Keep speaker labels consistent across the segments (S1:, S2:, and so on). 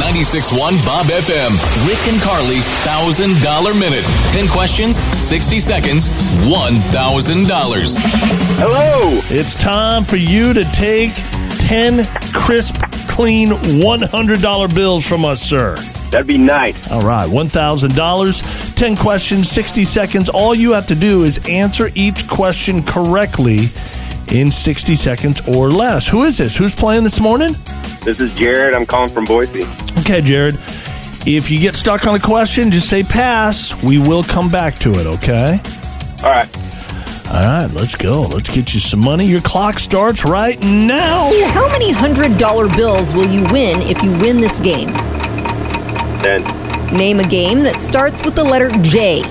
S1: 961 Bob FM. Rick and Carly's $1,000 minute. 10 questions, 60 seconds, $1,000.
S2: Hello.
S3: It's time for you to take 10 crisp, clean $100 bills from us, sir.
S2: That'd be nice.
S3: All right, $1,000, 10 questions, 60 seconds. All you have to do is answer each question correctly in 60 seconds or less. Who is this? Who's playing this morning?
S2: This is Jared. I'm calling from Boise.
S3: Okay, Jared. If you get stuck on a question, just say pass. We will come back to it, okay?
S2: All right.
S3: All right, let's go. Let's get you some money. Your clock starts right now.
S4: How many hundred dollar bills will you win if you win this game?
S2: Then
S4: Name a game that starts with the letter J.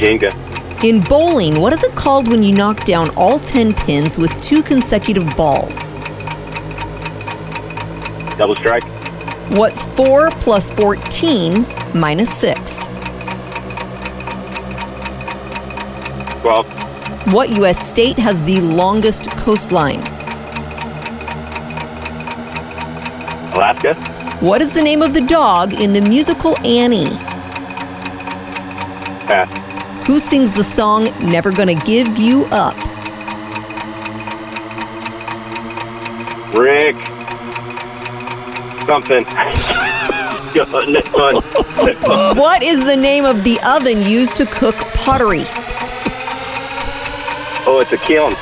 S2: Jenga.
S4: In bowling, what is it called when you knock down all 10 pins with two consecutive balls?
S2: Double strike.
S4: What's 4 plus 14 minus 6?
S2: 12.
S4: What U.S. state has the longest coastline?
S2: Alaska.
S4: What is the name of the dog in the musical Annie?
S2: Pass.
S4: Who sings the song Never Gonna Give You Up?
S2: Rick. Something. Go, next one.
S4: What is the name of the oven used to cook pottery?
S2: oh, it's a kiln.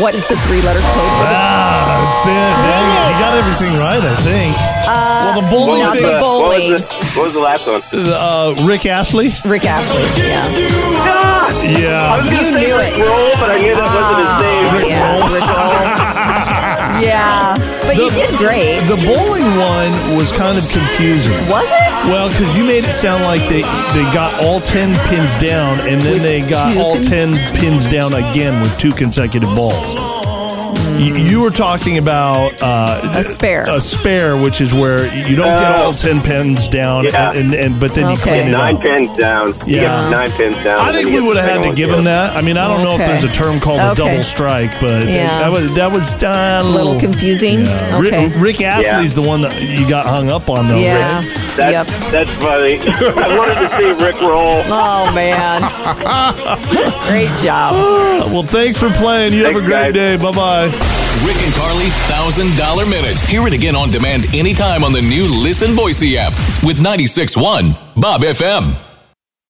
S4: What is the three letter code?
S3: Ah, that's it. Dang it. You got everything right, I think.
S4: Uh,
S3: well, the
S2: What
S3: bowling
S2: was,
S4: Nothing.
S2: the,
S3: thing,
S2: what,
S4: Bowling.
S2: was the, what was the last one?
S3: uh, Rick Astley.
S4: for Rick Astley. Yeah.
S2: I was
S3: Yeah.
S2: going to say
S4: knew Ah,
S2: Rick Roll, but I knew that wasn't his name. Rick
S4: yeah.
S2: Roll, Rick Roll.
S4: Yeah. But you
S3: The-
S4: did great.
S3: The bowling one was kind of confusing.
S4: Was it?
S3: Well, because you made it sound like they, they got all 10 pins down, and then they got
S4: two
S3: all
S4: con-
S3: 10 pins down again with two consecutive balls. You, you were talking about uh,
S4: A spare.
S3: a spare, which is where you don't get all
S2: Oh.
S3: 10 pins down,
S2: Yeah.
S3: and, and, and but then you
S4: Okay.
S3: clean it
S2: Nine
S3: up.
S2: pins down. You
S3: Yeah.
S2: get nine pins down.
S3: I
S2: and
S3: think
S2: you
S3: we
S2: get
S3: would have
S2: the
S3: had to
S2: second
S3: give
S2: one,
S3: him
S2: too.
S3: that. I mean, I don't know if
S4: Okay.
S3: there's a term called a
S4: Okay.
S3: double strike, but
S4: Yeah.
S3: that was that was uh, a
S4: A little confusing.
S3: Yeah. Ri-
S4: Okay.
S3: Rick, Astley's the one that you got hung up on, though.
S4: Yeah.
S3: Rick.
S2: That's,
S4: Yep.
S2: that's funny. I wanted to see Rick Roll.
S4: Oh man. great job.
S3: Uh, Well, thanks for playing. You have a
S2: Thanks, guys.
S3: great day. Bye bye.
S1: Rick and Carly's $1,000 minute. Hear it again on demand anytime on the new Listen Boise app with 961 Bob FM.